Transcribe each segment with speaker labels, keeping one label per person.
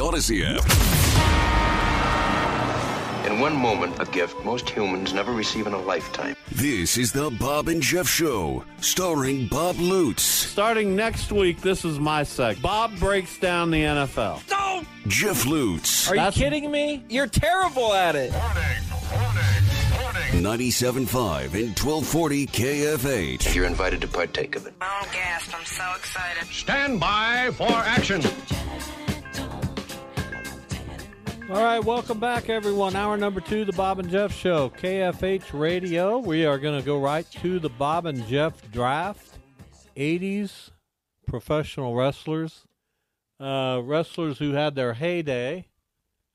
Speaker 1: Odyssey app.
Speaker 2: In one moment, a gift most humans never receive in a lifetime.
Speaker 1: This is the Bob and Jeff Show, starring Bob Lutz,
Speaker 3: Starting next week, this is my seg. Bob breaks down the NFL.
Speaker 1: Jeff Lutz,
Speaker 4: Are
Speaker 3: That's-
Speaker 4: you kidding me? You're terrible at it.
Speaker 1: 97.5 and 1240 KFH.
Speaker 2: You're invited to partake of it.
Speaker 5: I'm gassed. Oh, I'm so excited.
Speaker 6: Stand by for action.
Speaker 3: All right, welcome back, everyone. Hour number two, the Bob and Jeff Show, KFH Radio. We are going to go right to the Bob and Jeff draft. 80s professional wrestlers, uh, wrestlers who had their heyday,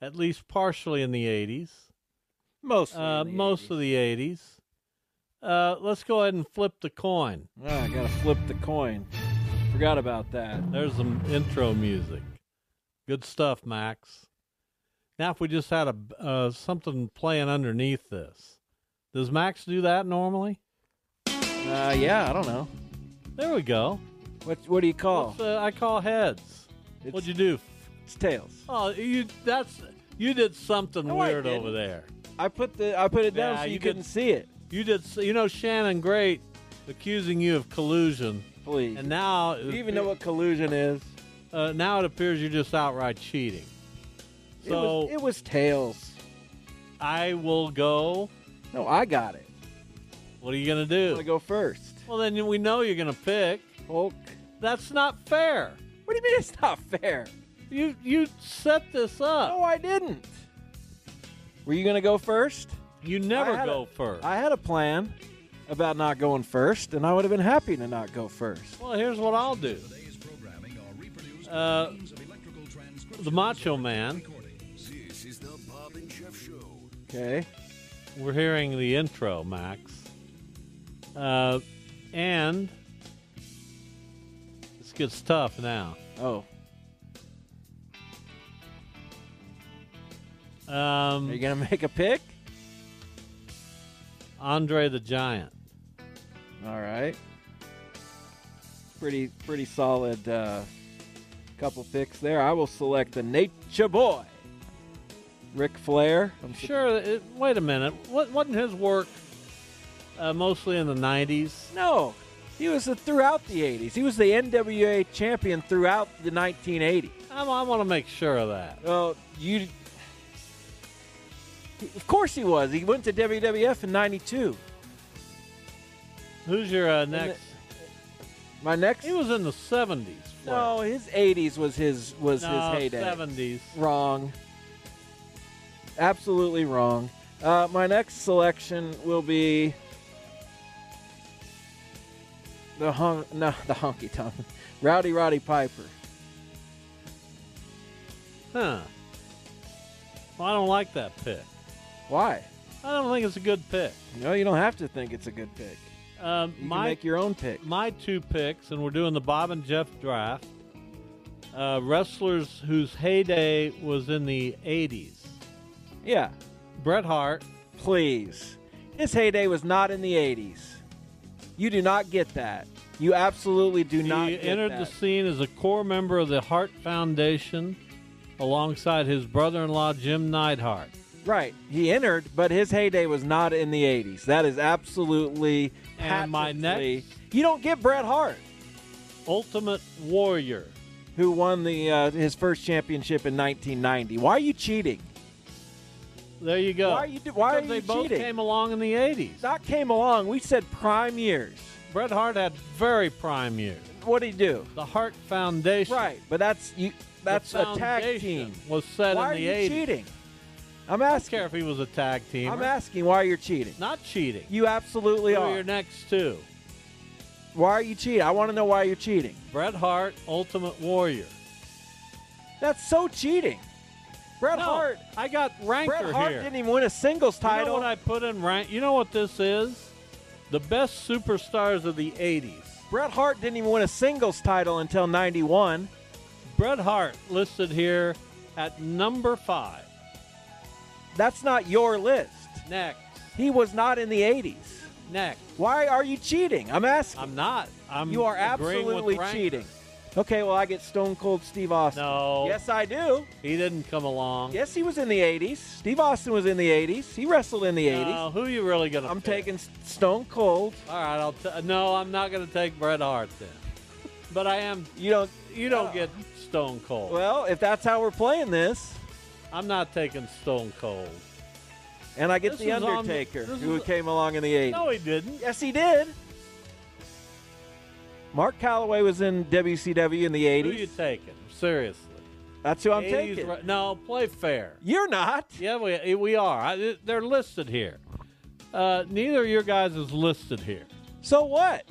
Speaker 3: at least partially in the 80s,
Speaker 4: Most.
Speaker 3: uh, most of the 80s. Uh, let's go ahead and flip the coin.
Speaker 4: Oh, I gotta flip the coin. Forgot about that.
Speaker 3: There's some intro music. Good stuff, Max. Now, if we just had a uh, something playing underneath this, does Max do that normally?
Speaker 4: Uh, yeah, I don't know.
Speaker 3: There we go.
Speaker 4: What What do you call?
Speaker 3: What's, uh, I call heads.
Speaker 4: Oh. It's-
Speaker 3: What'd you do?
Speaker 4: It's tails.
Speaker 3: Oh, you that's you did something
Speaker 4: No, I
Speaker 3: weird
Speaker 4: didn't.
Speaker 3: over there.
Speaker 4: I put the I put it down
Speaker 3: Yeah,
Speaker 4: so you,
Speaker 3: you
Speaker 4: couldn't
Speaker 3: did-
Speaker 4: see it.
Speaker 3: You did. s- You know Shannon Great accusing you of collusion,
Speaker 4: Please.
Speaker 3: and now it
Speaker 4: Do you
Speaker 3: appe-
Speaker 4: even know what collusion is?
Speaker 3: uh, now it appears you're just outright cheating.
Speaker 4: it was,
Speaker 3: So
Speaker 4: it was tails.
Speaker 3: I will go.
Speaker 4: No, I got it.
Speaker 3: What are you gonna
Speaker 4: I'm
Speaker 3: do?
Speaker 4: gonna go first.
Speaker 3: Well, then we know you're going to pick.
Speaker 4: Hulk.
Speaker 3: That's not fair.
Speaker 4: What do you mean it's not fair?
Speaker 3: You you set this
Speaker 4: No,
Speaker 3: up.
Speaker 4: I didn't. Were you gonna go first?
Speaker 3: You never
Speaker 4: I had
Speaker 3: go
Speaker 4: a-
Speaker 3: first.
Speaker 4: I had a plan about not going first, and I would have been happy to not go first.
Speaker 3: well, here's what I'll do. Uh, the Macho Man.
Speaker 1: This is the Bob and Jeff Show.
Speaker 4: Okay.
Speaker 3: We're hearing the intro, Max. Uh, and this gets tough now.
Speaker 4: Oh, are you
Speaker 3: Um,
Speaker 4: gonna make a pick?
Speaker 3: Andre the Giant.
Speaker 4: All right. Pretty pretty solid uh, couple picks there. I will select the Nature Boy, Ric Flair. I'm su-
Speaker 3: Sure. It, wait a minute. What wasn't his work uh, mostly in the '90s?
Speaker 4: No, he was the, throughout the '80s. He was the NWA champion throughout the 1980s.
Speaker 3: I, I want to make sure of that.
Speaker 4: Well, you. Of course he was. He went to WWF in '92.
Speaker 3: Who's your uh, next?
Speaker 4: My next.
Speaker 3: He was in the seventies.
Speaker 4: no, his '80s was his was his heyday.
Speaker 3: seventies.
Speaker 4: wrong. Absolutely wrong. Uh, my next selection will be the hon- no, the honky tonk, Rowdy Roddy Piper.
Speaker 3: Huh. Well, I don't like that pick.
Speaker 4: Why?
Speaker 3: I don't think it's a good pick.
Speaker 4: No, you don't have to think it's a good pick.
Speaker 3: Um,
Speaker 4: You can
Speaker 3: my
Speaker 4: make your own pick.
Speaker 3: my two picks, and we're doing the Bob and Jeff draft. Uh, wrestlers whose heyday was in the eighties.
Speaker 4: Yeah,
Speaker 3: Bret Hart.
Speaker 4: please. His heyday was not in the '80s. You do not get that. You absolutely do not.
Speaker 3: he
Speaker 4: get
Speaker 3: entered
Speaker 4: that.
Speaker 3: the scene as a core member of the Hart Foundation, alongside his brother-in-law Jim Neidhart.
Speaker 4: Right. He entered, but his heyday was not in the 80s. That is absolutely
Speaker 3: And my
Speaker 4: patently-
Speaker 3: next-
Speaker 4: You don't get Bret Hart,
Speaker 3: Ultimate Warrior.
Speaker 4: who won the uh, his first championship in 1990. Why are you cheating?
Speaker 3: There you go.
Speaker 4: Why are you do- why are
Speaker 3: Because they
Speaker 4: you
Speaker 3: both
Speaker 4: cheating?
Speaker 3: came along in the 80s.
Speaker 4: That came along. We said prime years.
Speaker 3: Bret Hart had very prime years.
Speaker 4: What did he do?
Speaker 3: The Hart Foundation.
Speaker 4: Right. But that's you.
Speaker 3: The
Speaker 4: That's a tag
Speaker 3: foundation
Speaker 4: team.
Speaker 3: Was set
Speaker 4: Why are
Speaker 3: in the
Speaker 4: you
Speaker 3: 80s.
Speaker 4: cheating? I'm
Speaker 3: I don't care
Speaker 4: asking.
Speaker 3: if he was a tag team.
Speaker 4: I'm asking why you're cheating.
Speaker 3: Not cheating.
Speaker 4: You absolutely
Speaker 3: Who are
Speaker 4: are.
Speaker 3: your next two?
Speaker 4: Why are you cheating? I want to know why you're cheating.
Speaker 3: Bret Hart, Ultimate Warrior.
Speaker 4: That's so cheating. Bret
Speaker 3: No,
Speaker 4: Hart
Speaker 3: I got ranker
Speaker 4: Bret Hart
Speaker 3: here.
Speaker 4: didn't even win a singles
Speaker 3: you
Speaker 4: title.
Speaker 3: know what I put in rank? You know what this is? The best superstars of the 80s.
Speaker 4: Bret Hart didn't even win a singles title until '91.
Speaker 3: Bret Hart listed here at number five.
Speaker 4: That's not your list.
Speaker 3: Next.
Speaker 4: He was not in the '80s.
Speaker 3: Next.
Speaker 4: Why are you cheating? I'm asking.
Speaker 3: I'm not. I'm
Speaker 4: you are
Speaker 3: agreeing with
Speaker 4: absolutely
Speaker 3: Ranker.
Speaker 4: cheating. Okay, well, I get Stone Cold Steve Austin.
Speaker 3: No.
Speaker 4: Yes, I do.
Speaker 3: He didn't come along.
Speaker 4: Yes, he was in the 80s. Steve Austin was in the 80s. He wrestled in the 80s.
Speaker 3: No, who you really gonna?
Speaker 4: I'm
Speaker 3: pick?
Speaker 4: taking S- Stone Cold.
Speaker 3: All right, I'll. T- no, I'm not gonna take Bret Hart then. But I am.
Speaker 4: You don't.
Speaker 3: You don't
Speaker 4: Oh.
Speaker 3: get Stone Cold.
Speaker 4: Well, if that's how we're playing this,
Speaker 3: I'm not taking Stone Cold.
Speaker 4: and I get
Speaker 3: This
Speaker 4: The
Speaker 3: was on-
Speaker 4: Undertaker,
Speaker 3: this
Speaker 4: who
Speaker 3: was-
Speaker 4: came along in the 80s.
Speaker 3: No, he didn't.
Speaker 4: Yes, he did. Mark Calloway was in WCW in the
Speaker 3: Who you
Speaker 4: 80s.
Speaker 3: taking? Seriously.
Speaker 4: That's who I'm
Speaker 3: 80s
Speaker 4: taking.
Speaker 3: re- no, play fair.
Speaker 4: You're not.
Speaker 3: Yeah, we eh, we are. I, they're listed here. Uh, neither of your guys is listed here.
Speaker 4: So what?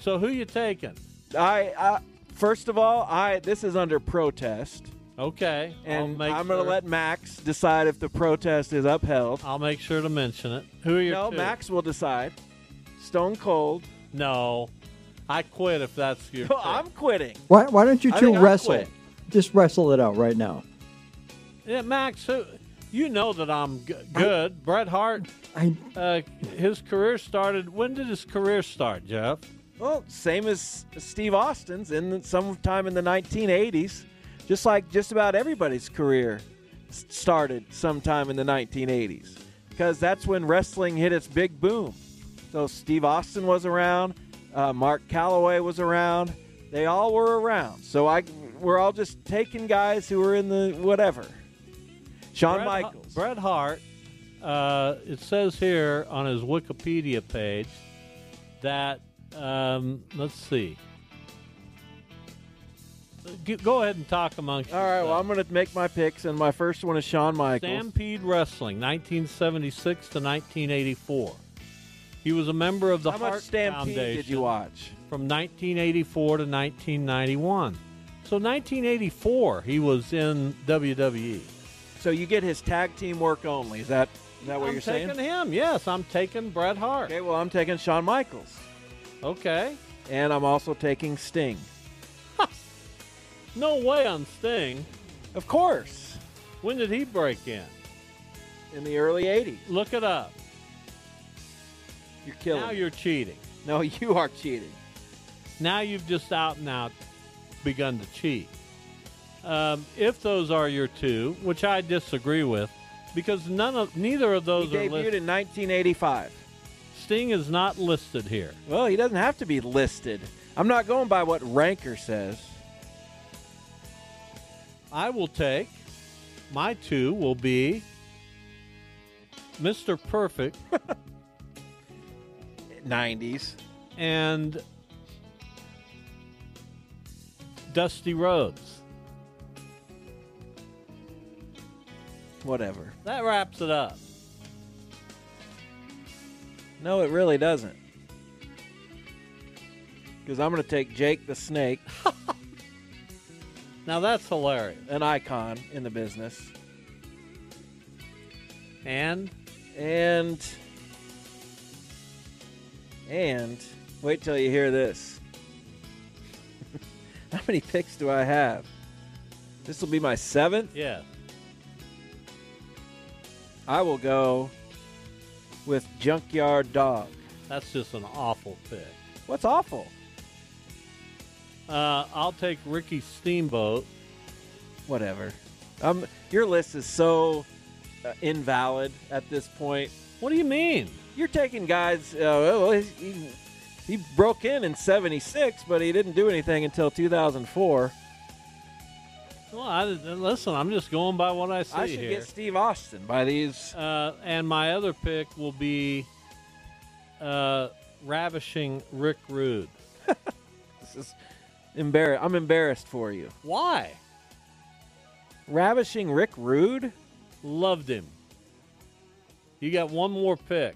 Speaker 3: So who you taking?
Speaker 4: I, I first of all, I this is under protest,
Speaker 3: Okay,
Speaker 4: and
Speaker 3: I'll make
Speaker 4: I'm going to
Speaker 3: sure,
Speaker 4: let Max decide if the protest is upheld.
Speaker 3: I'll make sure to mention it. Who are your
Speaker 4: No,
Speaker 3: two?
Speaker 4: Max will decide. Stone Cold.
Speaker 3: No, I quit if that's your. pick.
Speaker 4: I'm quitting.
Speaker 7: Why, why don't you
Speaker 4: I
Speaker 7: two
Speaker 4: think I'll
Speaker 7: wrestle?
Speaker 4: quit.
Speaker 7: Just wrestle it out right now.
Speaker 3: Yeah, Max, who, you know that I'm g- good. Bret Hart,
Speaker 7: I
Speaker 3: uh, his career started. When did his career start, Jeff?
Speaker 4: Well, same as Steve Austin's in the, sometime in the 1980s, just like just about everybody's career s- started sometime in the 1980s, because that's when wrestling hit its big boom. So Steve Austin was around, uh, Mark Calloway was around, they all were around. So I, we're all just taking guys who were in the whatever. Shawn
Speaker 3: Bret Har-
Speaker 4: Michaels.
Speaker 3: Bret Hart. Uh, it says here on his Wikipedia page that um, let's see. G- Go ahead and talk amongst.
Speaker 4: all right, well,
Speaker 3: yourselves.
Speaker 4: I'm going to make my picks, and my first one is Shawn Michaels.
Speaker 3: Stampede Wrestling, 1976 to 1984. He was a member of the
Speaker 4: How
Speaker 3: Hart
Speaker 4: much Stampede
Speaker 3: Foundation
Speaker 4: did you watch?
Speaker 3: from 1984 to 1991. So 1984, he was in E. WWE.
Speaker 4: So you get his tag team work only. Is that is that what
Speaker 3: I'm
Speaker 4: you're saying?
Speaker 3: taking him. Yes, I'm taking Bret Hart.
Speaker 4: Okay, well I'm taking Shawn Michaels,
Speaker 3: Okay.
Speaker 4: and I'm also taking Sting.
Speaker 3: No way on Sting.
Speaker 4: Of course,
Speaker 3: When did he break in?
Speaker 4: in the early '80s.
Speaker 3: Look it up.
Speaker 4: You're killing.
Speaker 3: Now
Speaker 4: me.
Speaker 3: you're cheating.
Speaker 4: no, you are cheating.
Speaker 3: Now you've just out and out begun to cheat. Um, if those are your two, which I disagree with, because none of neither of
Speaker 4: He
Speaker 3: those are
Speaker 4: debuted
Speaker 3: listed.
Speaker 4: in 1985.
Speaker 3: Sting is not listed here.
Speaker 4: Well, he doesn't have to be listed. I'm not going by what Ranker says.
Speaker 3: I will take my two will be Mr. Perfect
Speaker 4: 90s.
Speaker 3: and Dusty Rhodes.
Speaker 4: Whatever.
Speaker 3: That wraps it up.
Speaker 4: No, it really doesn't. Because I'm going to take Jake the Snake,
Speaker 3: Now that's hilarious.
Speaker 4: an icon in the business,
Speaker 3: And
Speaker 4: And and wait till you hear this. How many picks do I have? This will be my seventh.
Speaker 3: yeah,
Speaker 4: I will go with Junkyard Dog.
Speaker 3: that's just an awful pick.
Speaker 4: What's awful?
Speaker 3: Uh, I'll take Ricky Steamboat.
Speaker 4: Whatever. Um, your list is so uh, invalid at this point.
Speaker 3: What do you mean?
Speaker 4: You're taking guys. Uh, well, he, he- he broke in in '76, but he didn't do anything until 2004.
Speaker 3: Well, I, listen, I'm just going by what I see
Speaker 4: I should
Speaker 3: here.
Speaker 4: get Steve Austin by these.
Speaker 3: uh, and my other pick will be uh, ravishing Rick Rude.
Speaker 4: This is embar- I'm embarrassed for you.
Speaker 3: Why?
Speaker 4: Ravishing Rick Rude,
Speaker 3: Loved him. You got one more pick.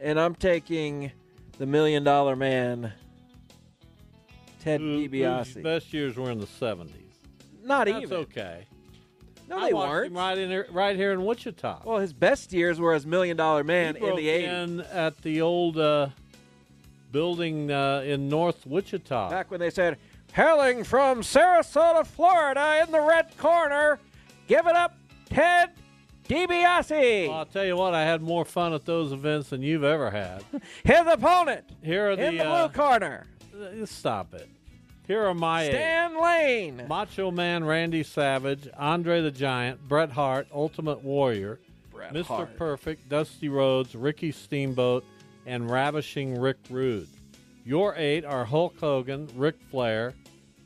Speaker 4: and I'm taking the Million Dollar Man, Ted
Speaker 3: Who- whose
Speaker 4: DiBiase.
Speaker 3: best years were in the seventies.
Speaker 4: Not
Speaker 3: That's
Speaker 4: even.
Speaker 3: okay.
Speaker 4: No,
Speaker 3: I
Speaker 4: they
Speaker 3: watched
Speaker 4: weren't.
Speaker 3: Him right in here, right here in Wichita.
Speaker 4: Well, his best years were as Million Dollar
Speaker 3: He
Speaker 4: Man in
Speaker 3: broke
Speaker 4: the 80s,
Speaker 3: in at the old uh, building uh, in North Wichita.
Speaker 4: back when they said, "Hailing from Sarasota, Florida, in the red corner, give it up, Ted DiBiase,
Speaker 3: Well, I'll tell you what, I had more fun at those events than you've ever had.
Speaker 4: his opponent
Speaker 3: Here are
Speaker 4: in the
Speaker 3: the, uh,
Speaker 4: blue corner."
Speaker 3: Uh, Stop it. Here are my eight.
Speaker 4: Dan Lane.
Speaker 3: Macho Man Randy Savage, Andre the Giant, Bret Hart, Ultimate Warrior,
Speaker 4: Bret
Speaker 3: Mr.
Speaker 4: Hart.
Speaker 3: Perfect, Dusty Rhodes, Ricky Steamboat, and Ravishing Rick Rude. Your eight are Hulk Hogan, Ric Flair,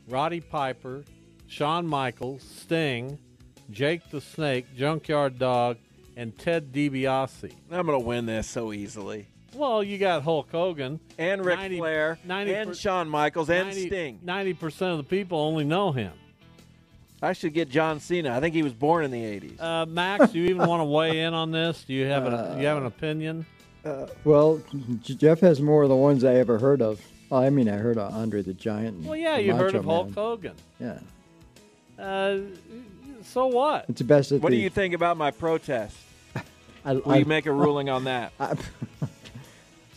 Speaker 3: Roddy Piper, Shawn Michaels, Sting, Jake the Snake, Junkyard Dog, and Ted DiBiase.
Speaker 4: I'm gonna win this so easily.
Speaker 3: Well, you got Hulk Hogan.
Speaker 4: And Ric
Speaker 3: 90
Speaker 4: Flair
Speaker 3: 90 per-
Speaker 4: and Shawn Michaels and Sting.
Speaker 3: 90% of the people only know him.
Speaker 4: I should get John Cena. I think he was born in the '80s.
Speaker 3: Uh, Max, do you even want to weigh in on this? Do you have an
Speaker 7: Uh,
Speaker 3: do you have an opinion?
Speaker 7: Well, J- Jeff has more of the ones I ever heard of. Well, I mean, I heard of Andre the Giant. and
Speaker 3: Well, yeah,
Speaker 7: the
Speaker 3: you heard
Speaker 7: Macho
Speaker 3: of Hulk
Speaker 7: Man.
Speaker 3: Hogan.
Speaker 7: Yeah,
Speaker 3: Uh, so what?
Speaker 7: it's the best. That
Speaker 4: what
Speaker 7: the,
Speaker 4: do you think about my protest?
Speaker 7: I,
Speaker 4: Will
Speaker 7: I,
Speaker 4: you make a ruling on that?
Speaker 7: I,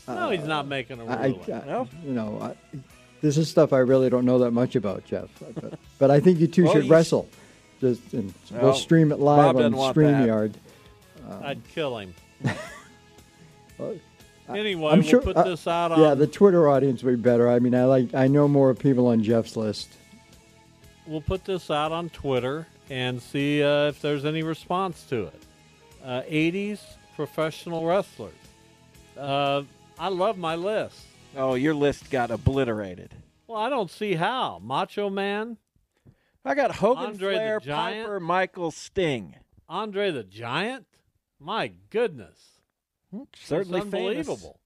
Speaker 3: no, he's not making a
Speaker 7: Uh, I,
Speaker 3: ruling.
Speaker 7: I-
Speaker 4: No?
Speaker 7: you know, I, this is stuff I really don't know that much about, Jeff. But, but I think you two
Speaker 4: Well,
Speaker 7: should
Speaker 4: you s-
Speaker 7: wrestle. Just and
Speaker 4: No,
Speaker 7: we'll stream it live
Speaker 4: Bob
Speaker 7: on
Speaker 4: doesn't want that.
Speaker 7: Streamyard.
Speaker 3: I'd kill him. anyway,
Speaker 7: I'm
Speaker 3: we'll
Speaker 7: sure-
Speaker 3: put
Speaker 7: uh,
Speaker 3: this out on.
Speaker 7: Yeah, the Twitter audience would be better. I mean, I like I know more people on Jeff's list.
Speaker 3: we'll put this out on Twitter and see uh, if there's any response to it. Uh, 80s professional wrestlers. Uh, I love my list.
Speaker 4: Oh, your list got obliterated.
Speaker 3: Well, I don't see how. Macho Man,
Speaker 4: I got Hogan,
Speaker 3: Andre the
Speaker 4: Flair,
Speaker 3: Giant.
Speaker 4: Piper, Michael, Sting.
Speaker 3: Andre the Giant. My goodness,
Speaker 4: Certainly
Speaker 3: Hmm, it's
Speaker 4: famous.
Speaker 3: unbelievable.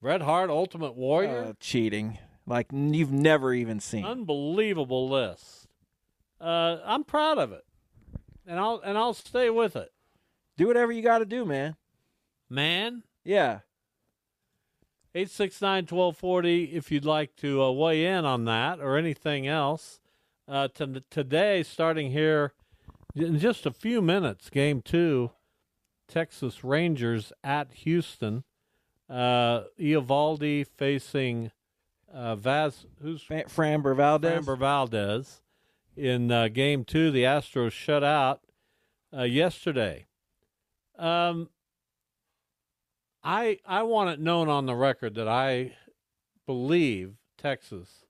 Speaker 3: Bret Hart, Ultimate
Speaker 4: Uh,
Speaker 3: Warrior,
Speaker 4: cheating, like n- you've never even seen.
Speaker 3: unbelievable list. Uh, I'm proud of it, and I'll and I'll stay with it,
Speaker 4: do whatever you got to do, man.
Speaker 3: man.
Speaker 4: Yeah,
Speaker 3: 869-1240 if you'd like to uh, weigh in on that or anything else uh, to, today starting here in just a few minutes game two texas rangers at houston uh Eovaldi facing uh vaz who's
Speaker 4: Fa- Framber Valdez.
Speaker 3: Framber Valdez in uh, game two. The Astros shut out uh, yesterday. Um, I I want it known on the record that I believe Texas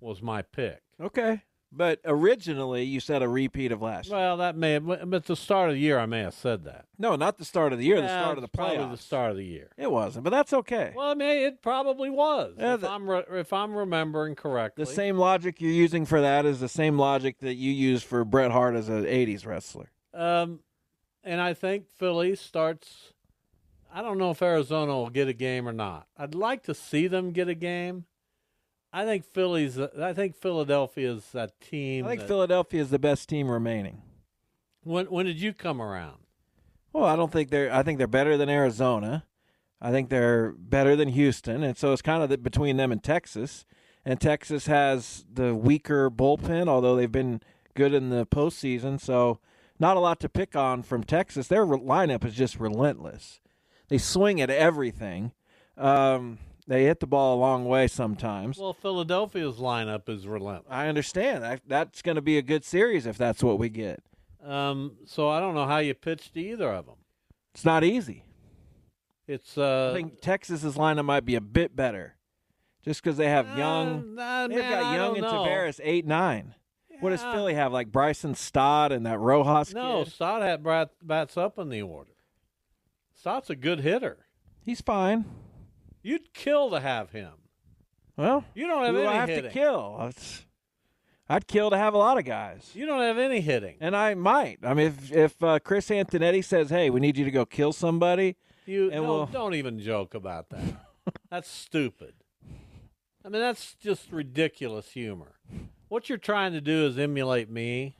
Speaker 3: was my pick.
Speaker 4: Okay, but originally you said a repeat of last.
Speaker 3: Well, that may have, at the start of the year I may have said that.
Speaker 4: no, not the start of the year. the
Speaker 3: Yeah,
Speaker 4: start of the
Speaker 3: it's probably
Speaker 4: playoffs.
Speaker 3: the start of the year.
Speaker 4: It wasn't, but that's okay.
Speaker 3: Well, I mean, it probably was.
Speaker 4: Yeah,
Speaker 3: if
Speaker 4: the-
Speaker 3: I'm re- if I'm remembering correctly.
Speaker 4: the same logic you're using for that is the same logic that you use for Bret Hart as an '80s wrestler.
Speaker 3: Um, and I think Philly starts. I don't know if Arizona will get a game or not. I'd like to see them get a game. I think Philly's. I think Philadelphia's that team.
Speaker 4: I think
Speaker 3: that-
Speaker 4: Philadelphia is the best team remaining.
Speaker 3: When when did you come around?
Speaker 4: Well, I don't think they're. I think they're better than Arizona. I think they're better than Houston, and so it's kind of the, between them and Texas. And Texas has the weaker bullpen, although they've been good in the postseason. So, not a lot to pick on from Texas. Their re- lineup is just relentless. They swing at everything. Um, they hit the ball a long way sometimes.
Speaker 3: Well, Philadelphia's lineup is relentless.
Speaker 4: I understand that that's going to be a good series if that's what we get.
Speaker 3: Um, so I don't know how you pitched to either of them.
Speaker 4: It's not easy.
Speaker 3: It's uh,
Speaker 4: I think Texas's lineup might be a bit better, just because they have Young.
Speaker 3: Uh,
Speaker 4: They've
Speaker 3: man,
Speaker 4: got
Speaker 3: I
Speaker 4: Young
Speaker 3: don't
Speaker 4: and
Speaker 3: know.
Speaker 4: Tavares eight nine. What does
Speaker 3: Yeah.
Speaker 4: Philly have? Like Bryson Stott and that Rojas
Speaker 3: No,
Speaker 4: kid?
Speaker 3: Stott had bat, bats up in the order. Stott's a good hitter.
Speaker 4: He's fine.
Speaker 3: You'd kill to have him.
Speaker 4: Well,
Speaker 3: You don't have
Speaker 4: who do
Speaker 3: any
Speaker 4: I have
Speaker 3: hitting.
Speaker 4: to kill. It's- I'd kill to have a lot of guys,
Speaker 3: You don't have any hitting.
Speaker 4: and I might. I mean, if if uh, Chris Antonetti says, "Hey, we need you to go kill somebody,"
Speaker 3: You
Speaker 4: And
Speaker 3: no,
Speaker 4: we'll-
Speaker 3: don't even joke about that. that's stupid. I mean, that's just ridiculous humor. What you're trying to do is emulate me,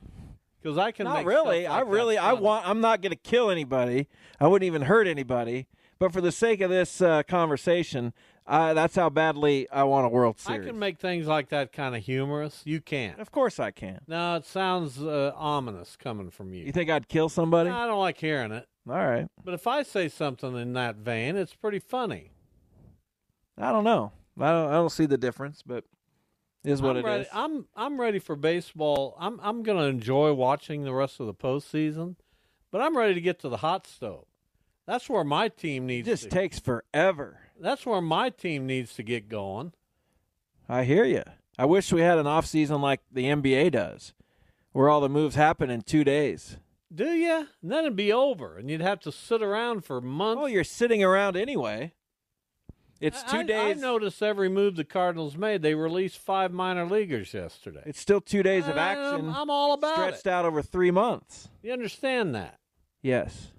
Speaker 3: because I can.
Speaker 4: Not
Speaker 3: make
Speaker 4: really.
Speaker 3: stuff
Speaker 4: I
Speaker 3: like that
Speaker 4: really. I
Speaker 3: funny.
Speaker 4: want. I'm not going to kill anybody. I wouldn't even hurt anybody. But for the sake of this uh, conversation, I, that's how badly I want a World
Speaker 3: I
Speaker 4: Series.
Speaker 3: can make things like that kind of humorous. You can't.
Speaker 4: Of course, I can.
Speaker 3: No, it sounds uh, ominous coming from you. Uh,
Speaker 4: You think I'd kill somebody?
Speaker 3: I don't like hearing it.
Speaker 4: All right.
Speaker 3: But if I say something in that vein, it's pretty funny.
Speaker 4: I don't know. I don't. I don't see the difference, but it is what
Speaker 3: I'm
Speaker 4: it
Speaker 3: ready,
Speaker 4: is.
Speaker 3: I'm I'm ready for baseball. I'm I'm going to enjoy watching the rest of the postseason, but I'm ready to get to the hot stove. That's where my team
Speaker 4: It
Speaker 3: needs
Speaker 4: just
Speaker 3: to.
Speaker 4: takes forever.
Speaker 3: that's where my team needs to get going.
Speaker 4: I hear you. I wish we had an off season like the NBA does, where all the moves happen in two days.
Speaker 3: Do you? And then it'd be over, and you'd have to sit around for months.
Speaker 4: Oh, you're sitting around anyway. It's two
Speaker 3: I-
Speaker 4: days.
Speaker 3: I noticed every move the Cardinals made. They released five minor leaguers yesterday.
Speaker 4: It's still two days of
Speaker 3: And
Speaker 4: action
Speaker 3: I'm, I'm all about
Speaker 4: stretched
Speaker 3: it.
Speaker 4: out over three months.
Speaker 3: You understand that?
Speaker 4: Yes.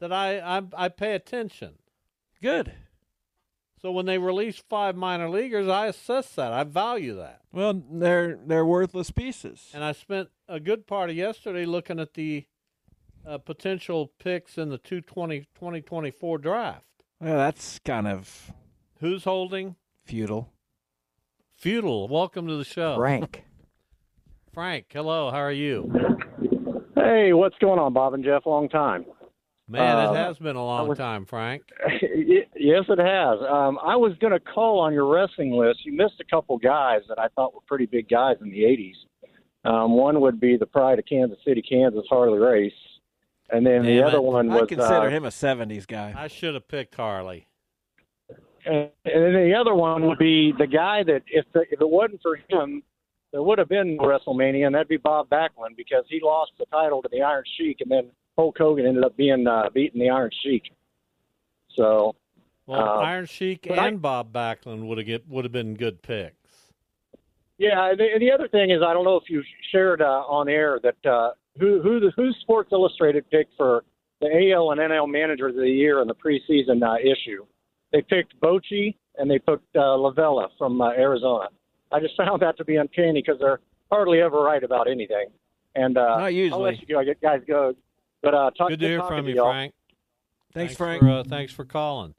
Speaker 3: That I, I I pay attention.
Speaker 4: Good.
Speaker 3: So when they release five minor leaguers, I assess that. I value that.
Speaker 4: Well, they're they're worthless pieces.
Speaker 3: And I spent a good part of yesterday looking at the uh, potential picks in the 220, 2024 draft.
Speaker 4: Well, that's kind of
Speaker 3: Who's holding?
Speaker 4: futile.
Speaker 3: Feudal. Welcome to the
Speaker 8: Oh.
Speaker 3: show.
Speaker 7: Frank.
Speaker 3: Frank, hello. How are you?
Speaker 8: Hey, what's going on, Bob and Jeff? Long time.
Speaker 3: Man,
Speaker 8: Uh,
Speaker 3: it has been a long time, Frank.
Speaker 8: Y- yes, it has. Um, I was going to call on your wrestling list. You missed a couple guys that I thought were pretty big guys in the 80s. Um, one would be the pride of Kansas City, Kansas, Harley Race. And then the
Speaker 4: Damn
Speaker 8: other
Speaker 4: it.
Speaker 8: one
Speaker 4: I
Speaker 8: was.
Speaker 4: consider
Speaker 8: uh,
Speaker 4: him a 70s guy.
Speaker 3: I should have picked Harley.
Speaker 8: And then the other one would be the guy that, if, the, if it wasn't for him, there would have been WrestleMania, and that'd be Bob Backlund because he lost the title to the Iron Sheik, and then Hulk Hogan ended up being uh, beating the Iron Sheik. So
Speaker 3: Well,
Speaker 8: Uh,
Speaker 3: Iron Sheik and
Speaker 8: but I-
Speaker 3: Bob Backlund would have get would have been good picks.
Speaker 8: Yeah, and the, and the other thing is, I don't know if you shared uh, on air that uh, who who the, who Sports Illustrated picked for the AL and NL Managers of the Year in the preseason uh, issue. They picked Bochy and they picked uh, Lavella from uh, Arizona. I just found that to be uncanny because they're hardly ever right about anything. And uh,
Speaker 4: Not usually.
Speaker 8: I'll let you go, guys go. But uh, talk,
Speaker 3: Good to hear
Speaker 8: talking
Speaker 3: from
Speaker 8: to
Speaker 3: you,
Speaker 8: y'all.
Speaker 3: Frank.
Speaker 4: Thanks, Frank.
Speaker 3: For, uh, thanks for calling.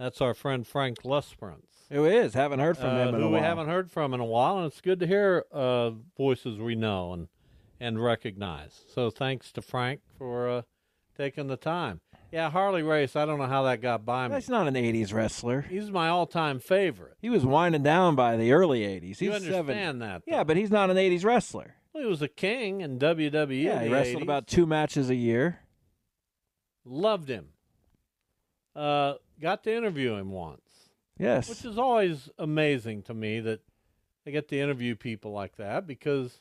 Speaker 3: That's our friend Frank Lesperance,
Speaker 4: Who is? Haven't heard from
Speaker 3: uh,
Speaker 4: him in
Speaker 3: who
Speaker 4: a
Speaker 3: we
Speaker 4: while.
Speaker 3: haven't heard from in a while, and it's good to hear uh, voices we know and and recognize. So thanks to Frank for uh, taking the time. Yeah, Harley Race. I don't know how that got by me.
Speaker 4: That's not an 80s wrestler.
Speaker 3: He's my all-time favorite.
Speaker 4: He was winding down by the early 80s. He's
Speaker 3: you understand
Speaker 4: 70.
Speaker 3: that? though.
Speaker 4: Yeah, but he's not an 80s wrestler.
Speaker 3: Well, he was a king in WWE.
Speaker 4: Yeah,
Speaker 3: in
Speaker 4: he
Speaker 3: the
Speaker 4: wrestled
Speaker 3: 80s.
Speaker 4: about two matches a year.
Speaker 3: Loved him. Uh, got to interview him once,
Speaker 4: Yes.
Speaker 3: which is always amazing to me that I get to interview people like that because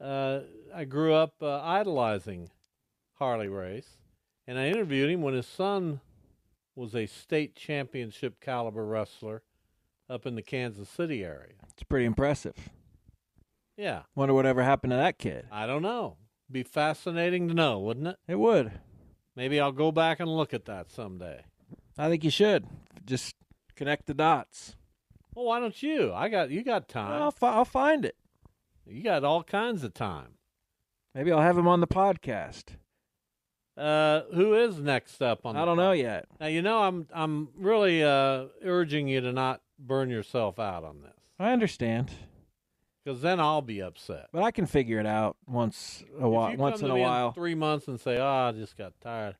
Speaker 3: uh, I grew up uh, idolizing Harley Race, and I interviewed him when his son was a state championship caliber wrestler up in the Kansas City area.
Speaker 4: it's pretty impressive.
Speaker 3: Yeah,
Speaker 4: Wonder whatever happened to that kid.
Speaker 3: I don't know. Be fascinating to know, wouldn't it?
Speaker 4: It would.
Speaker 3: Maybe I'll go back and look at that someday.
Speaker 4: I think you should. Just connect the dots.
Speaker 3: Well, why don't you? I got you got time.
Speaker 4: I'll, fi- I'll find it.
Speaker 3: You got all kinds of time.
Speaker 4: Maybe I'll have him on the podcast.
Speaker 3: Uh, who is next up on?
Speaker 4: I
Speaker 3: the-
Speaker 4: don't know yet.
Speaker 3: Now you know I'm I'm really uh, urging you to not burn yourself out on this
Speaker 4: I understand,
Speaker 3: because then I'll be upset.
Speaker 4: but I can figure it out once a
Speaker 3: If
Speaker 4: while.
Speaker 3: you
Speaker 4: Once
Speaker 3: come
Speaker 4: in
Speaker 3: to
Speaker 4: a
Speaker 3: me
Speaker 4: while.
Speaker 3: three months, and say, "Oh, I just got tired,"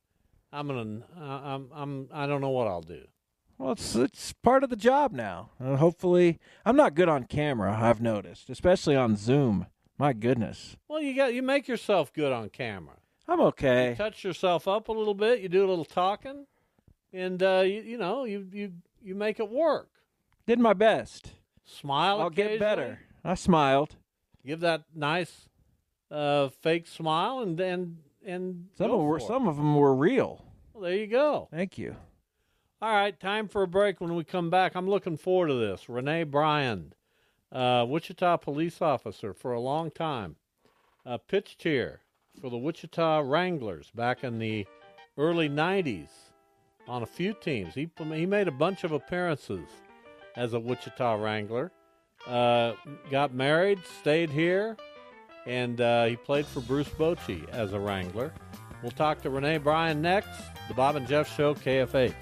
Speaker 3: I'm gonna I- I'm I'm I don't know what I'll do.
Speaker 4: Well, it's it's part of the job now. Uh, hopefully, I'm not good on camera. I've noticed, especially on Zoom. My goodness,
Speaker 3: Well, you got you make yourself good on camera.
Speaker 4: I'm
Speaker 3: You
Speaker 4: okay.
Speaker 3: touch yourself up a little bit. You do a little talking, and uh, you you know you you you make it work.
Speaker 4: Did my best.
Speaker 3: Smile.
Speaker 4: I'll get
Speaker 3: occasionally.
Speaker 4: better. I smiled.
Speaker 3: give that nice uh, fake smile and and and
Speaker 4: Some
Speaker 3: go
Speaker 4: of 'em were
Speaker 3: for it.
Speaker 4: some of them were real.
Speaker 3: Well, there you go.
Speaker 4: Thank you.
Speaker 3: All right, time for a break. When we come back, I'm looking forward to this. Renee Bryant, uh, Wichita police officer for a long time, uh, pitched here for the Wichita Wranglers back in the early '90s on a few teams. He he made a bunch of appearances as a Wichita Wrangler. Uh, got married, stayed here, and uh, he played for Bruce Bochy as a Wrangler. We'll talk to Renee Bryan next. The Bob and Jeff Show, KFH.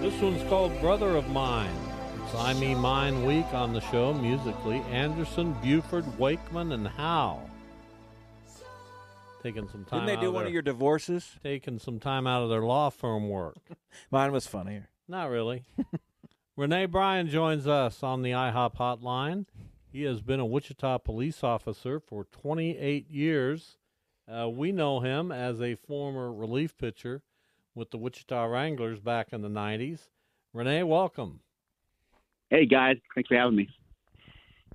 Speaker 3: This one's called Brother of Mine. It's I Me Mine Week on the show musically. Anderson, Buford, Wakeman, and Howe. Taking some time
Speaker 4: Didn't they
Speaker 3: out
Speaker 4: do
Speaker 3: of
Speaker 4: one
Speaker 3: their,
Speaker 4: of your divorces?
Speaker 3: taking some time out of their law firm work.
Speaker 4: Mine was funnier.
Speaker 3: Not really. Renee Bryan joins us on the IHOP hotline. He has been a Wichita police officer for 28 years. Uh, we know him as a former relief pitcher with the Wichita Wranglers back in the 90s. Renee, welcome.
Speaker 9: Hey guys, thanks for having me.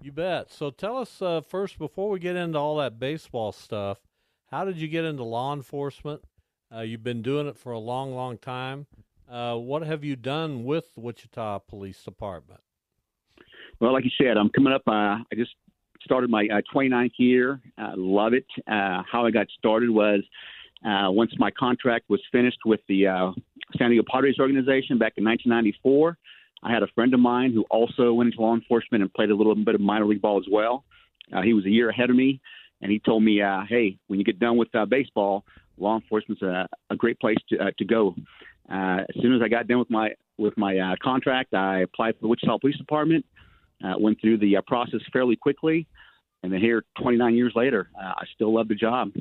Speaker 3: You bet. So tell us uh, first, before we get into all that baseball stuff, how did you get into law enforcement? Uh, you've been doing it for a long, long time. Uh, what have you done with the Wichita Police Department?
Speaker 9: Well, like you said, I'm coming up. Uh, I just started my uh, 29th year. I love it. Uh, how I got started was uh, once my contract was finished with the uh, San Diego Padres organization back in 1994. I had a friend of mine who also went into law enforcement and played a little bit of minor league ball as well. Uh, he was a year ahead of me, and he told me, uh, "Hey, when you get done with uh, baseball, law enforcement's a, a great place to uh, to go." Uh, as soon as I got done with my with my uh, contract, I applied for the Wichita Police Department uh, went through the uh, process fairly quickly. And then here, 29 years later, uh, I still love the job.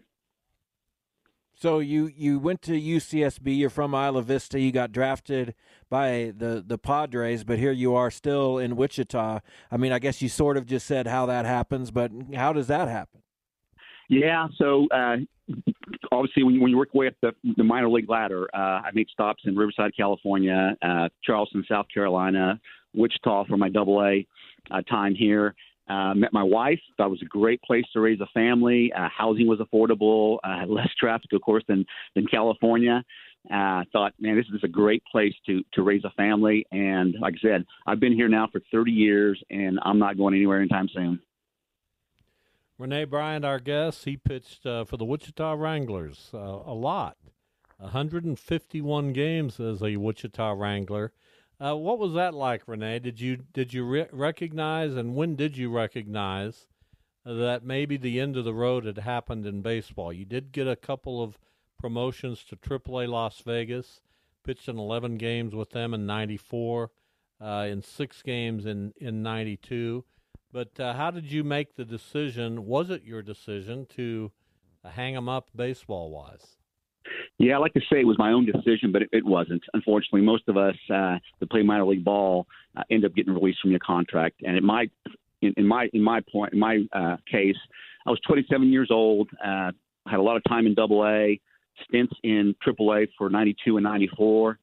Speaker 4: So you you went to UCSB. You're from Isla Vista. You got drafted by the the Padres, but here you are still in Wichita. I mean, I guess you sort of just said how that happens, but how does that happen?
Speaker 9: Yeah, so uh, obviously, when you, when you work your way up the, the minor league ladder, uh, I made stops in Riverside, California, uh, Charleston, South Carolina, Wichita for my double A uh, time here. Uh, met my wife. That was a great place to raise a family. Uh, housing was affordable, uh, less traffic, of course, than than California. Uh, I thought, man, this is a great place to to raise a family. And like I said, I've been here now for 30 years, and I'm not going anywhere anytime soon.
Speaker 3: Renee Bryant, our guest, he pitched uh, for the Wichita Wranglers uh, a lot, 151 games as a Wichita Wrangler. Uh, what was that like, Renee? Did you did you re- recognize, and when did you recognize that maybe the end of the road had happened in baseball? You did get a couple of promotions to AAA Las Vegas, pitched in 11 games with them in '94, uh, in six games in in '92. But uh, how did you make the decision? Was it your decision to uh, hang them up baseball wise?
Speaker 9: Yeah, I like to say it was my own decision, but it, it wasn't. Unfortunately, most of us uh, that play minor league ball uh, end up getting released from your contract. And in my in, in my in my point in my uh, case, I was 27 years old. Uh, had a lot of time in Double A, stints in Triple A for 92 and 94.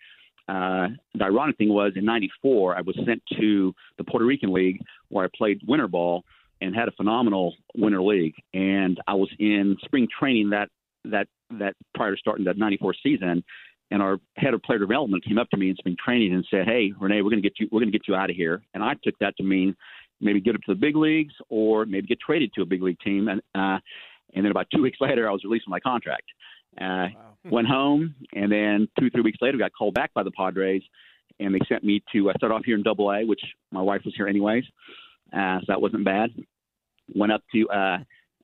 Speaker 9: Uh, the ironic thing was in 94, I was sent to the Puerto Rican League where I played winter ball and had a phenomenal winter league. And I was in spring training that that that prior to starting that 94 season and our head of player development came up to me in spring training and said hey renee we're going to get you we're going to get you out of here and i took that to mean maybe get up to the big leagues or maybe get traded to a big league team and uh and then about two weeks later i was released from my contract uh went home and then two three weeks later got called back by the padres and they sent me to uh, start off here in double a which my wife was here anyways uh so that wasn't bad went up to uh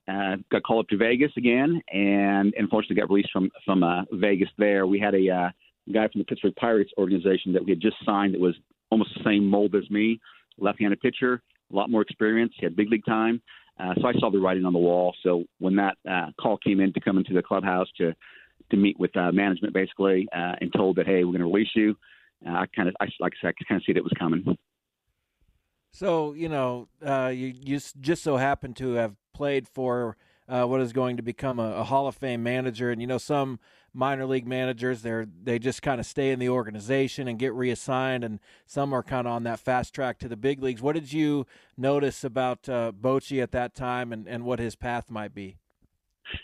Speaker 9: uh, got called up to Vegas again, and unfortunately got released from from uh, Vegas. There, we had a uh, guy from the Pittsburgh Pirates organization that we had just signed that was almost the same mold as me, left-handed pitcher, a lot more experience. He had big league time, uh, so I saw the writing on the wall. So when that uh, call came in to come into the clubhouse to to meet with uh, management, basically, uh, and told that hey, we're going to release you, uh, I kind of I like I said, I kind of see that it was coming.
Speaker 4: So you know, uh, you you s- just so happen to have played for uh, what is going to become a, a Hall of Fame manager, and you know some minor league managers they're they just kind of stay in the organization and get reassigned, and some are kind of on that fast track to the big leagues. What did you notice about uh, Bochy at that time, and and what his path might be?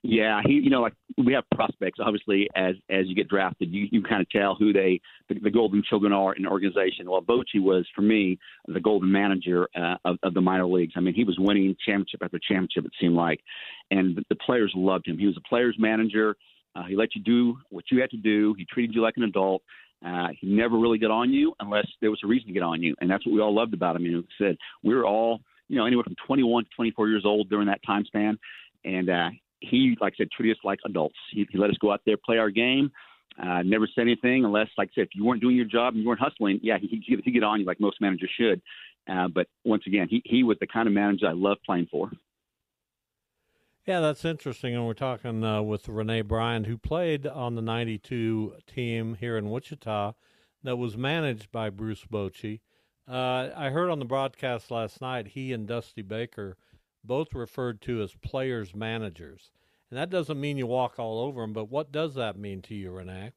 Speaker 9: Yeah, he, you know, like we have prospects. Obviously, as as you get drafted, you, you kind of tell who they the, the golden children are in an organization. Well, Bochy was for me the golden manager uh, of, of the minor leagues. I mean, he was winning championship after championship. It seemed like, and the, the players loved him. He was a players manager. Uh, he let you do what you had to do. He treated you like an adult. Uh, he never really got on you unless there was a reason to get on you, and that's what we all loved about him. You know, like I said we were all you know anywhere from 21 to 24 years old during that time span, and uh, he, like I said, treated us like adults. He, he let us go out there, play our game, Uh, never said anything unless, like I said, if you weren't doing your job and you weren't hustling, yeah, he he he'd get on you like most managers should. Uh, but once again, he he was the kind of manager I loved playing for.
Speaker 3: Yeah, that's interesting. And we're talking uh, with Renee Bryant, who played on the 92 team here in Wichita that was managed by Bruce Bochy. Uh, I heard on the broadcast last night he and Dusty Baker both referred to as players' managers. And that doesn't mean you walk all over them, but what does that mean to you, Renee?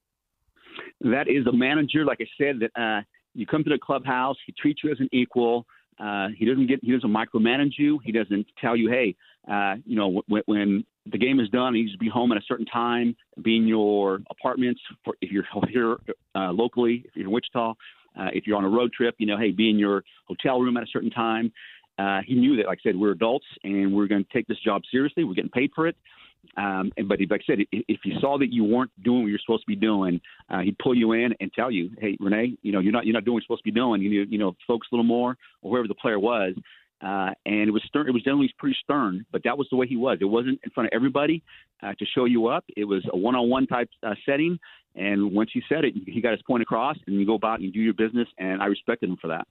Speaker 9: That is a manager, like I said, that uh, you come to the clubhouse, he treats you as an equal. Uh, he doesn't get he doesn't micromanage you. He doesn't tell you, hey, uh, you know, w- when the game is done, you just be home at a certain time, be in your apartments for, if you're here uh, locally, if you're in Wichita, uh, if you're on a road trip, you know, hey, be in your hotel room at a certain time. Uh, he knew that, like I said, we're adults and we're going to take this job seriously. We're getting paid for it. Um, and but if, like I said, if, if he saw that you weren't doing what you're supposed to be doing, uh, he'd pull you in and tell you, "Hey, Renee, you know you're not you're not doing what you're supposed to be doing. You need to, you know focus a little more." Or whoever the player was, uh, and it was stern. It was generally pretty stern, but that was the way he was. It wasn't in front of everybody uh, to show you up. It was a one-on-one type uh, setting, and once he said it, he got his point across, and you go about and you do your business. And I respected him for that.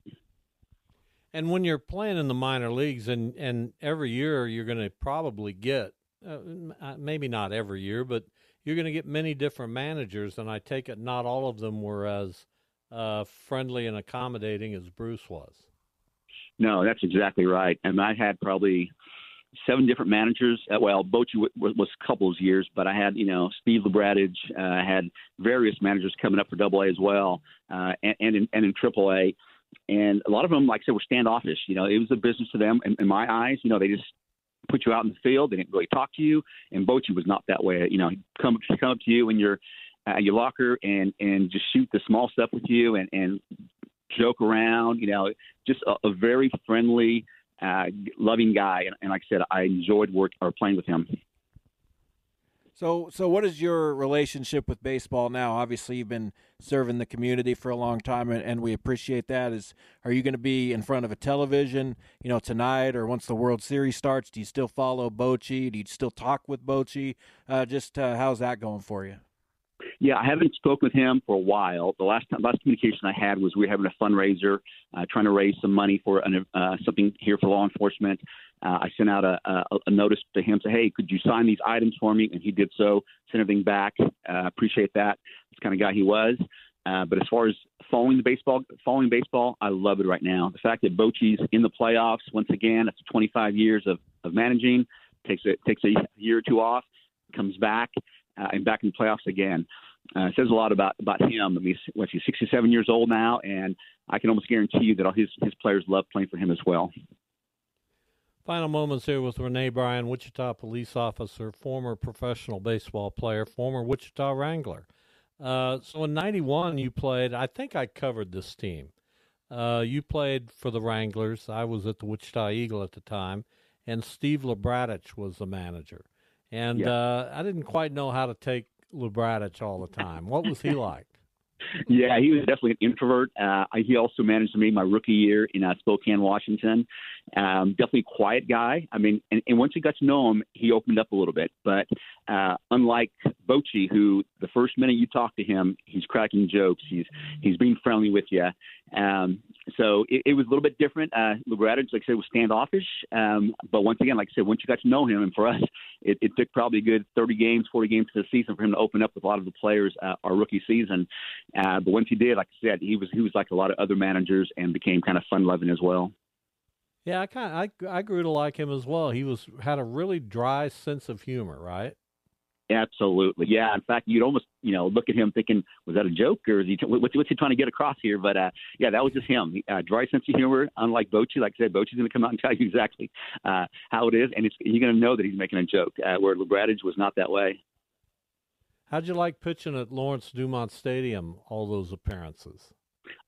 Speaker 3: And when you're playing in the minor leagues, and, and every year you're going to probably get, uh, m- uh, maybe not every year, but you're going to get many different managers. And I take it not all of them were as uh, friendly and accommodating as Bruce was.
Speaker 9: No, that's exactly right. And I had probably seven different managers. Uh, well, Bochy w- w- was a couple of years, but I had, you know, Steve Lebradage. Uh, I had various managers coming up for Double A as well, uh, and, and in, and in Triple A. And a lot of them, like I said, were standoffish. You know, it was a business to them. In, in my eyes, you know, they just put you out in the field. They didn't really talk to you. And Bochy was not that way. You know, he'd come come up to you in your uh, your locker and and just shoot the small stuff with you and and joke around. You know, just a, a very friendly, uh, loving guy. And, and like I said, I enjoyed work or playing with him.
Speaker 4: So, so what is your relationship with baseball now? Obviously, you've been serving the community for a long time, and, and we appreciate that. Is are you going to be in front of a television, you know, tonight or once the World Series starts? Do you still follow Bochy? Do you still talk with Bochy? Uh, just uh, how's that going for you?
Speaker 9: Yeah, I haven't spoken with him for a while. The last time, last communication I had was we were having a fundraiser, uh, trying to raise some money for an, uh, something here for law enforcement. Uh, I sent out a, a, a notice to him, say, "Hey, could you sign these items for me?" And he did so. Sent everything back. Uh, appreciate that. That's the kind of guy he was. Uh, but as far as following the baseball, following baseball, I love it right now. The fact that Bochy's in the playoffs once again after 25 years of, of managing takes a, takes a year or two off, comes back uh, and back in the playoffs again. Uh, it says a lot about about him. I mean, he's, what, he's 67 years old now, and I can almost guarantee you that all his his players love playing for him as well.
Speaker 3: Final moments here with Renee Bryan, Wichita police officer, former professional baseball player, former Wichita Wrangler. Uh, so in 91, you played, I think I covered this team. Uh, you played for the Wranglers. I was at the Wichita Eagle at the time, and Steve Labradich was the manager. And
Speaker 9: Yeah.
Speaker 3: uh, I didn't quite know how to take Labradich all the time. What was he like?
Speaker 9: Yeah, he was definitely an introvert. Uh, I- he also managed me my rookie year in uh, Spokane, Washington. Um, definitely a quiet guy. I mean, and, and once you got to know him, he opened up a little bit. But uh, unlike Bochy, who the first minute you talk to him, he's cracking jokes. He's he's being friendly with you. Um, so it, it was a little bit different. Uh, Liberatich, like I said, was standoffish. Um, but once again, like I said, once you got to know him, and for us, it, it took probably a good 30 games, 40 games to the season for him to open up with a lot of the players uh, our rookie season. Uh, but once he did, like I said, he was he was like a lot of other managers and became kind of fun loving as well.
Speaker 3: Yeah, I kind of, I, I grew to like him as well. He was had a really dry sense of humor, right?
Speaker 9: Absolutely, yeah. In fact, you'd almost you know look at him thinking, was that a joke or is he what's, what's he trying to get across here? But uh, yeah, that was just him. Uh, dry sense of humor, unlike Bochy. Like I said, Bochy's going to come out and tell you exactly uh, how it is, and it's, you're going to know that he's making a joke. Uh, where Lebradage was not that way.
Speaker 3: How'd you like pitching at Lawrence Dumont Stadium? All those appearances.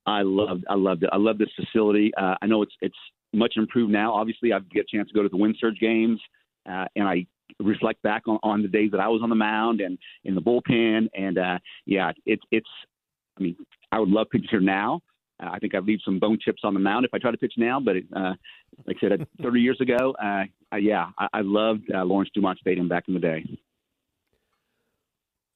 Speaker 9: I loved, I loved it. I love this facility. Uh, I know it's it's much improved now. Obviously, I get a chance to go to the Windsurge games, uh, and I reflect back on, on the days that I was on the mound and in the bullpen. And uh, yeah, it's it's. I mean, I would love pitching here now. Uh, I think I'd leave some bone chips on the mound if I try to pitch now. But it, uh, like I said, 30 years ago, uh, I, yeah, I, I loved uh, Lawrence Dumont Stadium back in the day.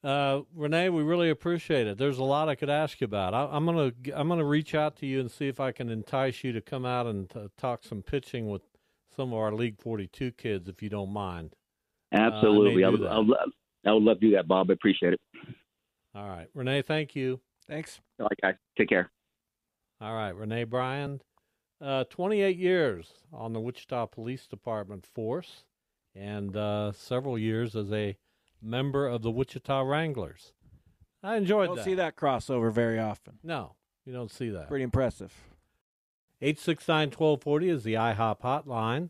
Speaker 3: Uh, Renee, we really appreciate it. There's a lot I could ask you about. I, I'm gonna I'm gonna reach out to you and see if I can entice you to come out and t- talk some pitching with some of our League 42 kids, if you don't mind.
Speaker 9: Absolutely.
Speaker 3: Uh, I may do
Speaker 9: I, would,
Speaker 3: that.
Speaker 9: I, would love, I would love to do that, Bob. I appreciate it.
Speaker 3: All right, Renee, thank you.
Speaker 4: Thanks.
Speaker 9: All right, guys. Take care.
Speaker 3: All right, Renee Bryan, uh, 28 years on the Wichita Police Department force and uh, several years as a member of the Wichita Wranglers. I enjoyed
Speaker 4: Don't
Speaker 3: that.
Speaker 4: see that crossover very often.
Speaker 3: No, you don't see that.
Speaker 4: Pretty impressive.
Speaker 3: 869 1240 is the IHOP hotline.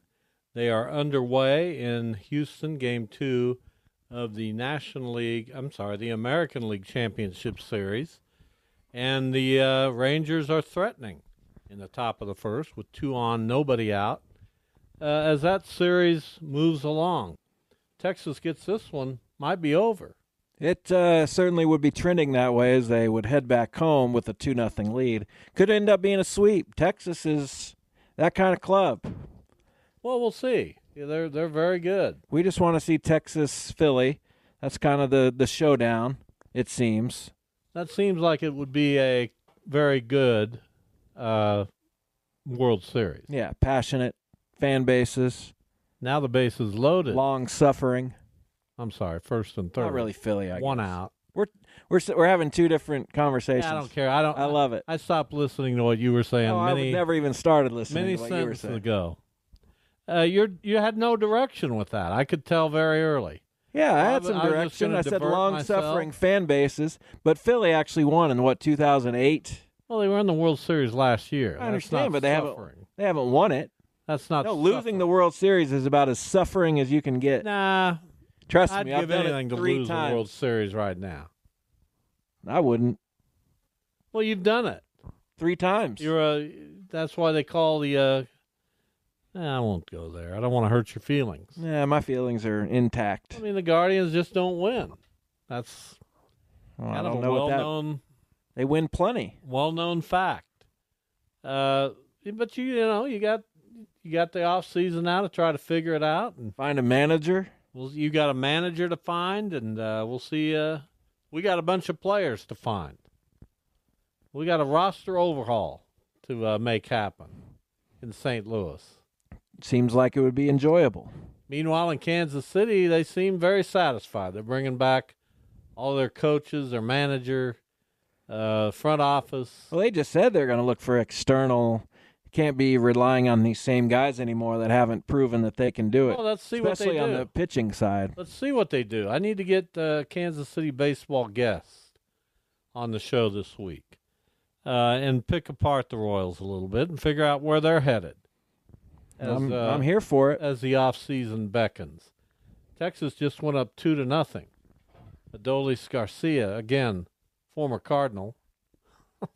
Speaker 3: They are underway in Houston, game two of the National League, I'm sorry, the American League Championship Series. And the uh, Rangers are threatening in the top of the first with two on, nobody out. Uh, as that series moves along, Texas gets this one, might be over.
Speaker 4: It uh, certainly would be trending that way as they would head back home with a two nothing lead. Could end up being a sweep. Texas is that kind of club.
Speaker 3: Well, we'll see. Yeah, they're, they're very good.
Speaker 4: We just want to see Texas Philly. That's kind of the the showdown. It seems.
Speaker 3: That seems like it would be a very good uh, World Series.
Speaker 4: Yeah, passionate fan bases,
Speaker 3: Now the base is loaded.
Speaker 4: long suffering.
Speaker 3: I'm sorry, first and third.
Speaker 4: Not really Philly. I
Speaker 3: One
Speaker 4: guess.
Speaker 3: out.
Speaker 4: We're we're s- we're having two different conversations.
Speaker 3: Yeah, I don't care. I don't.
Speaker 4: I love it.
Speaker 3: I stopped listening to what you were saying
Speaker 4: Oh, I would
Speaker 3: many
Speaker 4: never even started listening
Speaker 3: many
Speaker 4: to what you were
Speaker 3: sentences
Speaker 4: saying.
Speaker 3: ago. Uh, you're you had no direction with that. I could tell very early.
Speaker 4: Yeah, I
Speaker 3: I
Speaker 4: had
Speaker 3: was-
Speaker 4: some
Speaker 3: I was just
Speaker 4: direction.
Speaker 3: gonna
Speaker 4: I said
Speaker 3: divert
Speaker 4: long suffering fan bases, but Philly actually won in what 2008.
Speaker 3: Well, they were in the World Series last year.
Speaker 4: I understand, but they haven't
Speaker 3: suffering.
Speaker 4: they haven't won it.
Speaker 3: That's not
Speaker 4: No, losing the World Series is about as suffering as you can get.
Speaker 3: Nah,
Speaker 4: Trust
Speaker 3: I'd
Speaker 4: me, I've
Speaker 3: give
Speaker 4: done
Speaker 3: anything
Speaker 4: it
Speaker 3: to
Speaker 4: three
Speaker 3: lose
Speaker 4: times.
Speaker 3: the World Series right now.
Speaker 4: I wouldn't
Speaker 3: Well, you've done it.
Speaker 4: three times.
Speaker 3: You're a. That's why they call the. Uh, nah, I won't go there. I don't want to hurt your feelings.
Speaker 4: yeah, my feelings are intact.
Speaker 3: I mean, the Guardians just don't win. That's
Speaker 4: Well, I
Speaker 3: kind
Speaker 4: don't
Speaker 3: of a
Speaker 4: know what that.
Speaker 3: well-known,
Speaker 4: They win plenty.
Speaker 3: well-known fact. Uh, but you, you know, you got you got the off season now to try to figure it out, and
Speaker 4: Find a manager.
Speaker 3: well, you got a manager to find, and uh, we'll see. Uh, we got a bunch of players to find. We got a roster overhaul to uh, make happen in St. Louis.
Speaker 4: Seems like it would be enjoyable.
Speaker 3: Meanwhile, in Kansas City, they seem very satisfied. They're bringing back all their coaches, their manager, uh, front office.
Speaker 4: Well, they just said they're going to look for external. Can't be relying on these same guys anymore that haven't proven that they can do it.
Speaker 3: Well, Oh, let's see what they
Speaker 4: especially on
Speaker 3: do.
Speaker 4: the pitching side.
Speaker 3: Let's see what they do. I need to get uh, Kansas City baseball guests on the show this week uh, and pick apart the Royals a little bit and figure out where they're headed.
Speaker 4: I'm,
Speaker 3: uh,
Speaker 4: I'm here for it.
Speaker 3: as the offseason beckons. Texas just went up two to nothing. Adolis Garcia, again, former Cardinal.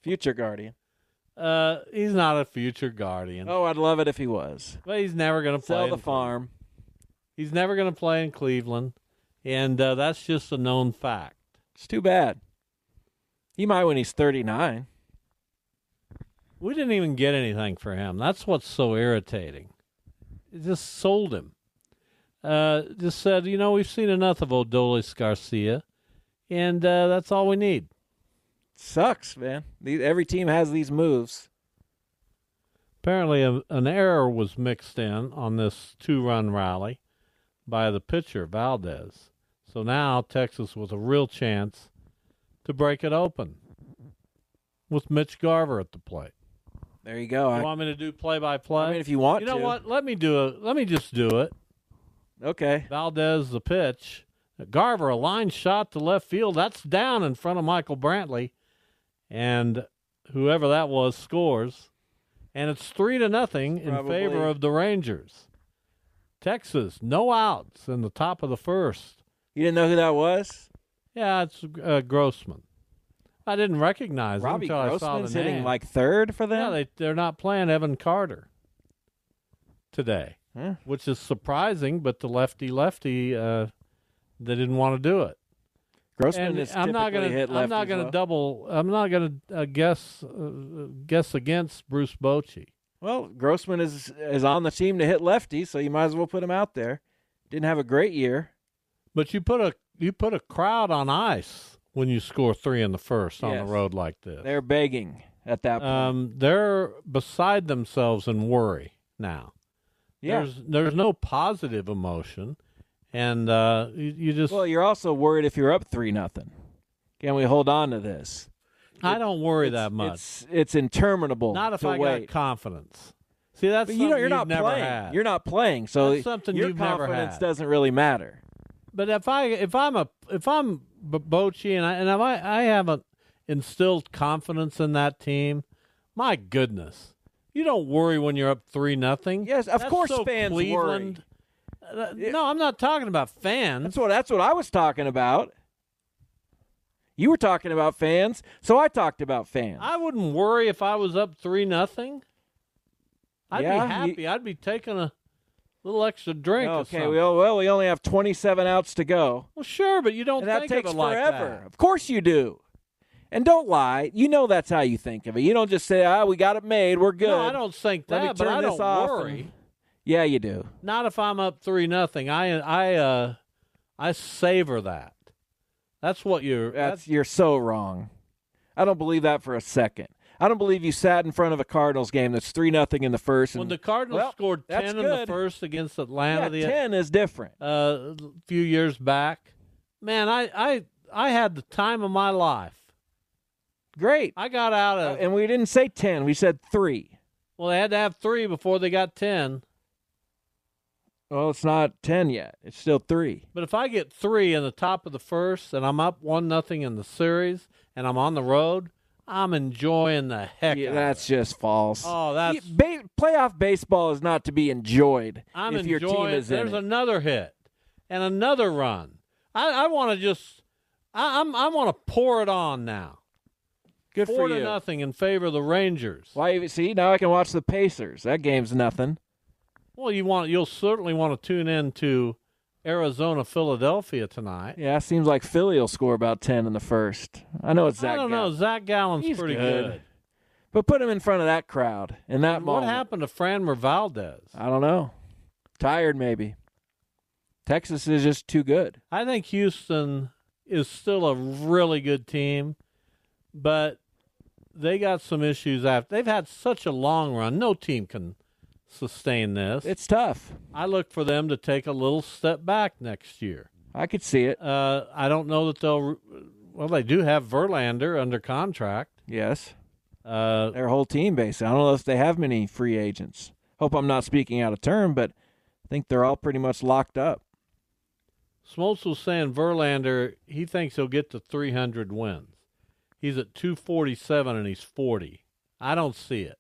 Speaker 4: Future Guardian.
Speaker 3: Uh, he's not a future guardian.
Speaker 4: Oh, I'd love it if he was.
Speaker 3: But he's never going to play.
Speaker 4: Sell
Speaker 3: in
Speaker 4: the
Speaker 3: Cle-
Speaker 4: farm.
Speaker 3: He's never going to play in Cleveland, and uh, that's just a known fact.
Speaker 4: It's too bad. He might when he's 39.
Speaker 3: We didn't even get anything for him. That's what's so irritating. It just sold him. Uh, just said, you know, we've seen enough of Odolis Garcia, and uh, that's all we need.
Speaker 4: Sucks, man. The- Every team has these moves.
Speaker 3: Apparently, a, an error was mixed in on this two run rally by the pitcher, Valdez. So now Texas was a real chance to break it open with Mitch Garver at the plate.
Speaker 4: There you go.
Speaker 3: You
Speaker 4: I,
Speaker 3: want me to do play by play?
Speaker 4: I mean, if you want
Speaker 3: You know
Speaker 4: to.
Speaker 3: what? Let me do it. Let me just do it.
Speaker 4: okay.
Speaker 3: Valdez the pitch. Garver, a line shot to left field. That's down in front of Michael Brantley. And whoever that was scores. And it's three to nothing in
Speaker 4: Probably.
Speaker 3: favor of the Rangers. Texas, no outs in the top of the first.
Speaker 4: You didn't know who that was?
Speaker 3: Yeah, it's uh, Grossman. I didn't recognize him
Speaker 4: Robbie
Speaker 3: until I saw the
Speaker 4: Grossman's hitting
Speaker 3: name.
Speaker 4: like third for them?
Speaker 3: yeah, they, they're not playing Evan Carter today,
Speaker 4: Huh.
Speaker 3: which is surprising, but the lefty lefty, uh, they didn't want to do it.
Speaker 4: Grossman
Speaker 3: and
Speaker 4: is
Speaker 3: I'm not
Speaker 4: typically
Speaker 3: gonna
Speaker 4: hit
Speaker 3: I'm not
Speaker 4: lefties
Speaker 3: gonna
Speaker 4: well.
Speaker 3: double I'm not gonna uh, guess uh, guess against Bruce Bochy.
Speaker 4: Well, Grossman is is on the team to hit lefties, so you might as well put him out there. Didn't have a great year.
Speaker 3: But you put a you put a crowd on ice when you score three in the first on
Speaker 4: Yes.
Speaker 3: the road like this.
Speaker 4: They're begging at that point.
Speaker 3: um, they're beside themselves in worry now.
Speaker 4: yeah.
Speaker 3: There's there's no positive emotion, and uh, you, you just
Speaker 4: Well, you're also worried if you're up three nothing. Can we hold on to this?
Speaker 3: I don't worry
Speaker 4: It's-
Speaker 3: that much.
Speaker 4: It's it's interminable.
Speaker 3: Not if
Speaker 4: to
Speaker 3: I
Speaker 4: wait.
Speaker 3: got confidence. See, that's
Speaker 4: But you know
Speaker 3: something
Speaker 4: you're not
Speaker 3: you've never
Speaker 4: playing.
Speaker 3: had.
Speaker 4: You're not playing. So
Speaker 3: That's something
Speaker 4: your
Speaker 3: you've never
Speaker 4: confidence
Speaker 3: had.
Speaker 4: doesn't really matter.
Speaker 3: but if I if I'm a if I'm B- Bochy and I and if I I haven't instilled confidence in that team, my goodness, you don't worry when you're up three nothing.
Speaker 4: Yes, of
Speaker 3: That's
Speaker 4: course
Speaker 3: so
Speaker 4: fans worry.
Speaker 3: Cleveland. Uh, no, I'm not talking about fans.
Speaker 4: That's what that's what I was talking about. You were talking about fans, so I talked about fans.
Speaker 3: I wouldn't worry if I was up three nothing. I'd
Speaker 4: Yeah,
Speaker 3: be happy. I'd be taking a little extra drink. or
Speaker 4: okay,
Speaker 3: something.
Speaker 4: we, well we only have 27 outs to go.
Speaker 3: Well, sure, but you don't
Speaker 4: And
Speaker 3: think
Speaker 4: that takes
Speaker 3: of it like
Speaker 4: forever.
Speaker 3: that.
Speaker 4: Of course you do. And don't lie. You know that's how you think of it. You don't just say, "Ah, we got it made. We're good."
Speaker 3: No, I don't think
Speaker 4: Let
Speaker 3: that,
Speaker 4: me
Speaker 3: but
Speaker 4: turn
Speaker 3: I
Speaker 4: this
Speaker 3: don't
Speaker 4: off and-
Speaker 3: worry.
Speaker 4: Yeah, you do.
Speaker 3: Not if I'm up three nothing. I I uh I savor that. That's what you're.
Speaker 4: That's,
Speaker 3: That's,
Speaker 4: you're so wrong. I don't believe that for a second. I don't believe you sat in front of a Cardinals game that's three nothing in the first.
Speaker 3: when
Speaker 4: and-
Speaker 3: the Cardinals
Speaker 4: Well,
Speaker 3: scored
Speaker 4: that's
Speaker 3: ten in the
Speaker 4: good.
Speaker 3: first against Atlanta
Speaker 4: yeah,
Speaker 3: the
Speaker 4: ten is different.
Speaker 3: uh, few years back, man, I I I had the time of my life.
Speaker 4: Great.
Speaker 3: I uh, got out of
Speaker 4: Uh, and we didn't say ten. We said three.
Speaker 3: well, they had to have three before they got ten.
Speaker 4: Well, it's not ten yet. It's still three.
Speaker 3: But if I get three in the top of the first and I'm up one nothing in the series and I'm on the road, I'm enjoying the heck.
Speaker 4: Yeah,
Speaker 3: out
Speaker 4: that's
Speaker 3: of it.
Speaker 4: just false.
Speaker 3: Oh, that's-
Speaker 4: Yeah, ba- playoff baseball is not to be enjoyed
Speaker 3: I'm
Speaker 4: if your
Speaker 3: enjoying.
Speaker 4: team is in
Speaker 3: there's
Speaker 4: it.
Speaker 3: another hit and another run. I, I want to just I, I'm I want to pour it on now.
Speaker 4: Good
Speaker 3: Four
Speaker 4: for
Speaker 3: to
Speaker 4: you.
Speaker 3: nothing in favor of the Rangers.
Speaker 4: Why even see now? I can watch the Pacers. That game's nothing.
Speaker 3: Well, you want you'll certainly want to tune in to Arizona Philadelphia tonight.
Speaker 4: Yeah, it seems like Philly will score about ten in the first. I know it's Zach.
Speaker 3: I don't know.
Speaker 4: Gallen.
Speaker 3: Zach Gallen's
Speaker 4: He's
Speaker 3: pretty
Speaker 4: good.
Speaker 3: good.
Speaker 4: But put him in front of that crowd in that
Speaker 3: What
Speaker 4: moment.
Speaker 3: happened to Fran Mervaldez?
Speaker 4: I don't know. Tired maybe. Texas is just too good.
Speaker 3: I think Houston is still a really good team, but they got some issues after. They've had such a long run. No team can sustain this.
Speaker 4: It's tough.
Speaker 3: I look for them to take a little step back next year.
Speaker 4: I could see it.
Speaker 3: Uh, I don't know that they'll. Well, they do have Verlander under contract.
Speaker 4: Yes.
Speaker 3: Uh,
Speaker 4: Their whole team basically. I don't know if they have many free agents. Hope I'm not speaking out of turn, but I think they're all pretty much locked up.
Speaker 3: Smoltz was saying Verlander, he thinks he'll get to 300 wins. He's at 247 and he's 40. I don't see it.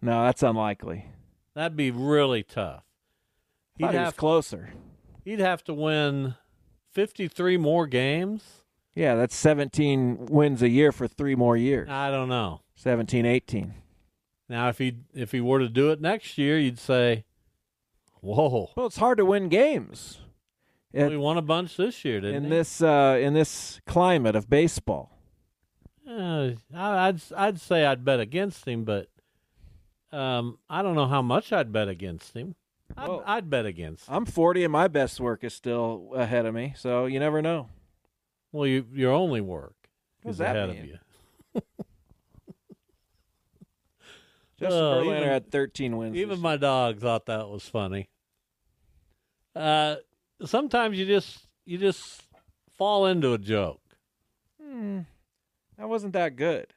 Speaker 4: No, that's unlikely.
Speaker 3: That'd be really tough.
Speaker 4: He
Speaker 3: He'd
Speaker 4: was
Speaker 3: have,
Speaker 4: closer.
Speaker 3: he'd have to win 53 more games.
Speaker 4: Yeah, that's 17 wins a year for three more years.
Speaker 3: I don't know.
Speaker 4: Seventeen, eighteen. 17, 18.
Speaker 3: Now, if he if he were to do it next year, you'd say, "Whoa,
Speaker 4: Well, it's hard to win games. It-
Speaker 3: we won a bunch this year, didn't
Speaker 4: in
Speaker 3: we?"
Speaker 4: this uh, in this climate of baseball.
Speaker 3: Uh, I- I'd I'd say I'd bet against him, but um, I don't know how much I'd bet against him. I'd,
Speaker 4: Well-
Speaker 3: I'd bet against. Him.
Speaker 4: I'm 40 and my best work is still ahead of me, so you never know.
Speaker 3: Well, you, your only work
Speaker 4: What does
Speaker 3: is
Speaker 4: that
Speaker 3: ahead
Speaker 4: mean?
Speaker 3: of you.
Speaker 4: Justin
Speaker 3: Oh,
Speaker 4: Verlander
Speaker 3: even-
Speaker 4: had 13 wins.
Speaker 3: Even
Speaker 4: this
Speaker 3: my dog thought that was funny. Uh, sometimes you just you just fall into a joke.
Speaker 4: year. that wasn't that good.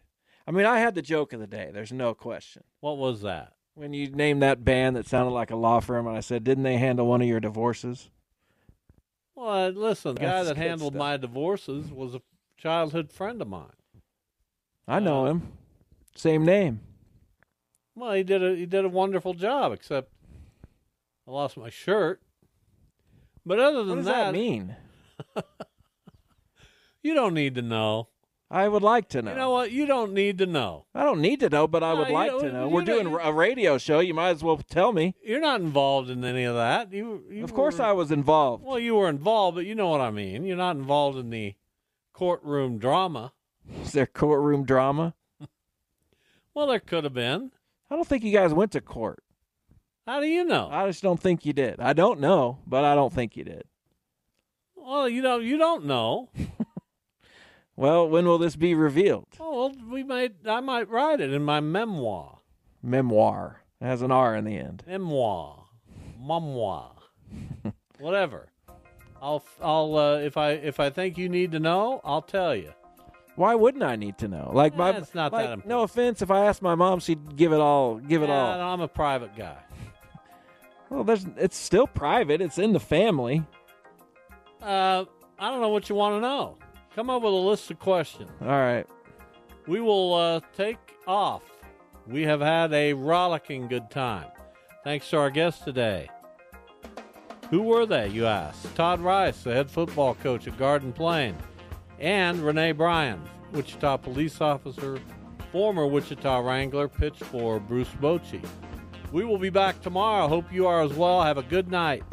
Speaker 4: I mean, I had the joke of the day. There's no question.
Speaker 3: What was that?
Speaker 4: When you named that band that sounded like a law firm, and I said, "Didn't they handle one of your divorces?"
Speaker 3: Well, uh, listen, the guy
Speaker 4: That's
Speaker 3: that
Speaker 4: good
Speaker 3: handled
Speaker 4: stuff.
Speaker 3: my divorces was a childhood friend of mine.
Speaker 4: I
Speaker 3: Uh,
Speaker 4: know him. Same name.
Speaker 3: Well, he did a he did a wonderful job, except I lost my shirt. But other than
Speaker 4: What does
Speaker 3: that,
Speaker 4: that mean?
Speaker 3: you don't need to know.
Speaker 4: I would like to know.
Speaker 3: You know what? You don't need to know.
Speaker 4: I don't need to know, but I
Speaker 3: No,
Speaker 4: would
Speaker 3: you
Speaker 4: like
Speaker 3: don't-
Speaker 4: to know.
Speaker 3: you
Speaker 4: We're
Speaker 3: don't-
Speaker 4: doing a radio show. You might as well tell me.
Speaker 3: You're not involved in any of that. You, you
Speaker 4: Of course,
Speaker 3: were-
Speaker 4: I was involved.
Speaker 3: Well, you were involved, but you know what I mean. You're not involved in the courtroom drama.
Speaker 4: Is there courtroom drama?
Speaker 3: Well, there could have been.
Speaker 4: I don't think you guys went to court.
Speaker 3: How do you know?
Speaker 4: I just don't think you did. I don't know, but I don't think you did.
Speaker 3: Well, you know, you don't know.
Speaker 4: Well, when will this be revealed?
Speaker 3: Oh, well, we might. I might write it in my memoir.
Speaker 4: Memoir. It has an R in the end.
Speaker 3: Memoir, memoir, whatever. I'll. I'll. Uh, if I. If I think you need to know, I'll tell you.
Speaker 4: Why wouldn't I need to know? Like my,
Speaker 3: Eh, it's not that
Speaker 4: like,
Speaker 3: important.
Speaker 4: No offense, if I asked my mom, she'd give it all. Give it
Speaker 3: Yeah,
Speaker 4: all.
Speaker 3: I'm a private guy.
Speaker 4: Well, there's. It's still private. It's in the family.
Speaker 3: Uh, I don't know what you want to know. Come up with a list of questions.
Speaker 4: All right.
Speaker 3: We will uh, take off. We have had a rollicking good time. Thanks to our guests today. Who were they, you ask? Todd Rice, the head football coach at Garden Plain, and Renee Bryan, Wichita police officer, former Wichita Wrangler, pitched for Bruce Bochy. We will be back tomorrow. Hope you are as well. Have a good night.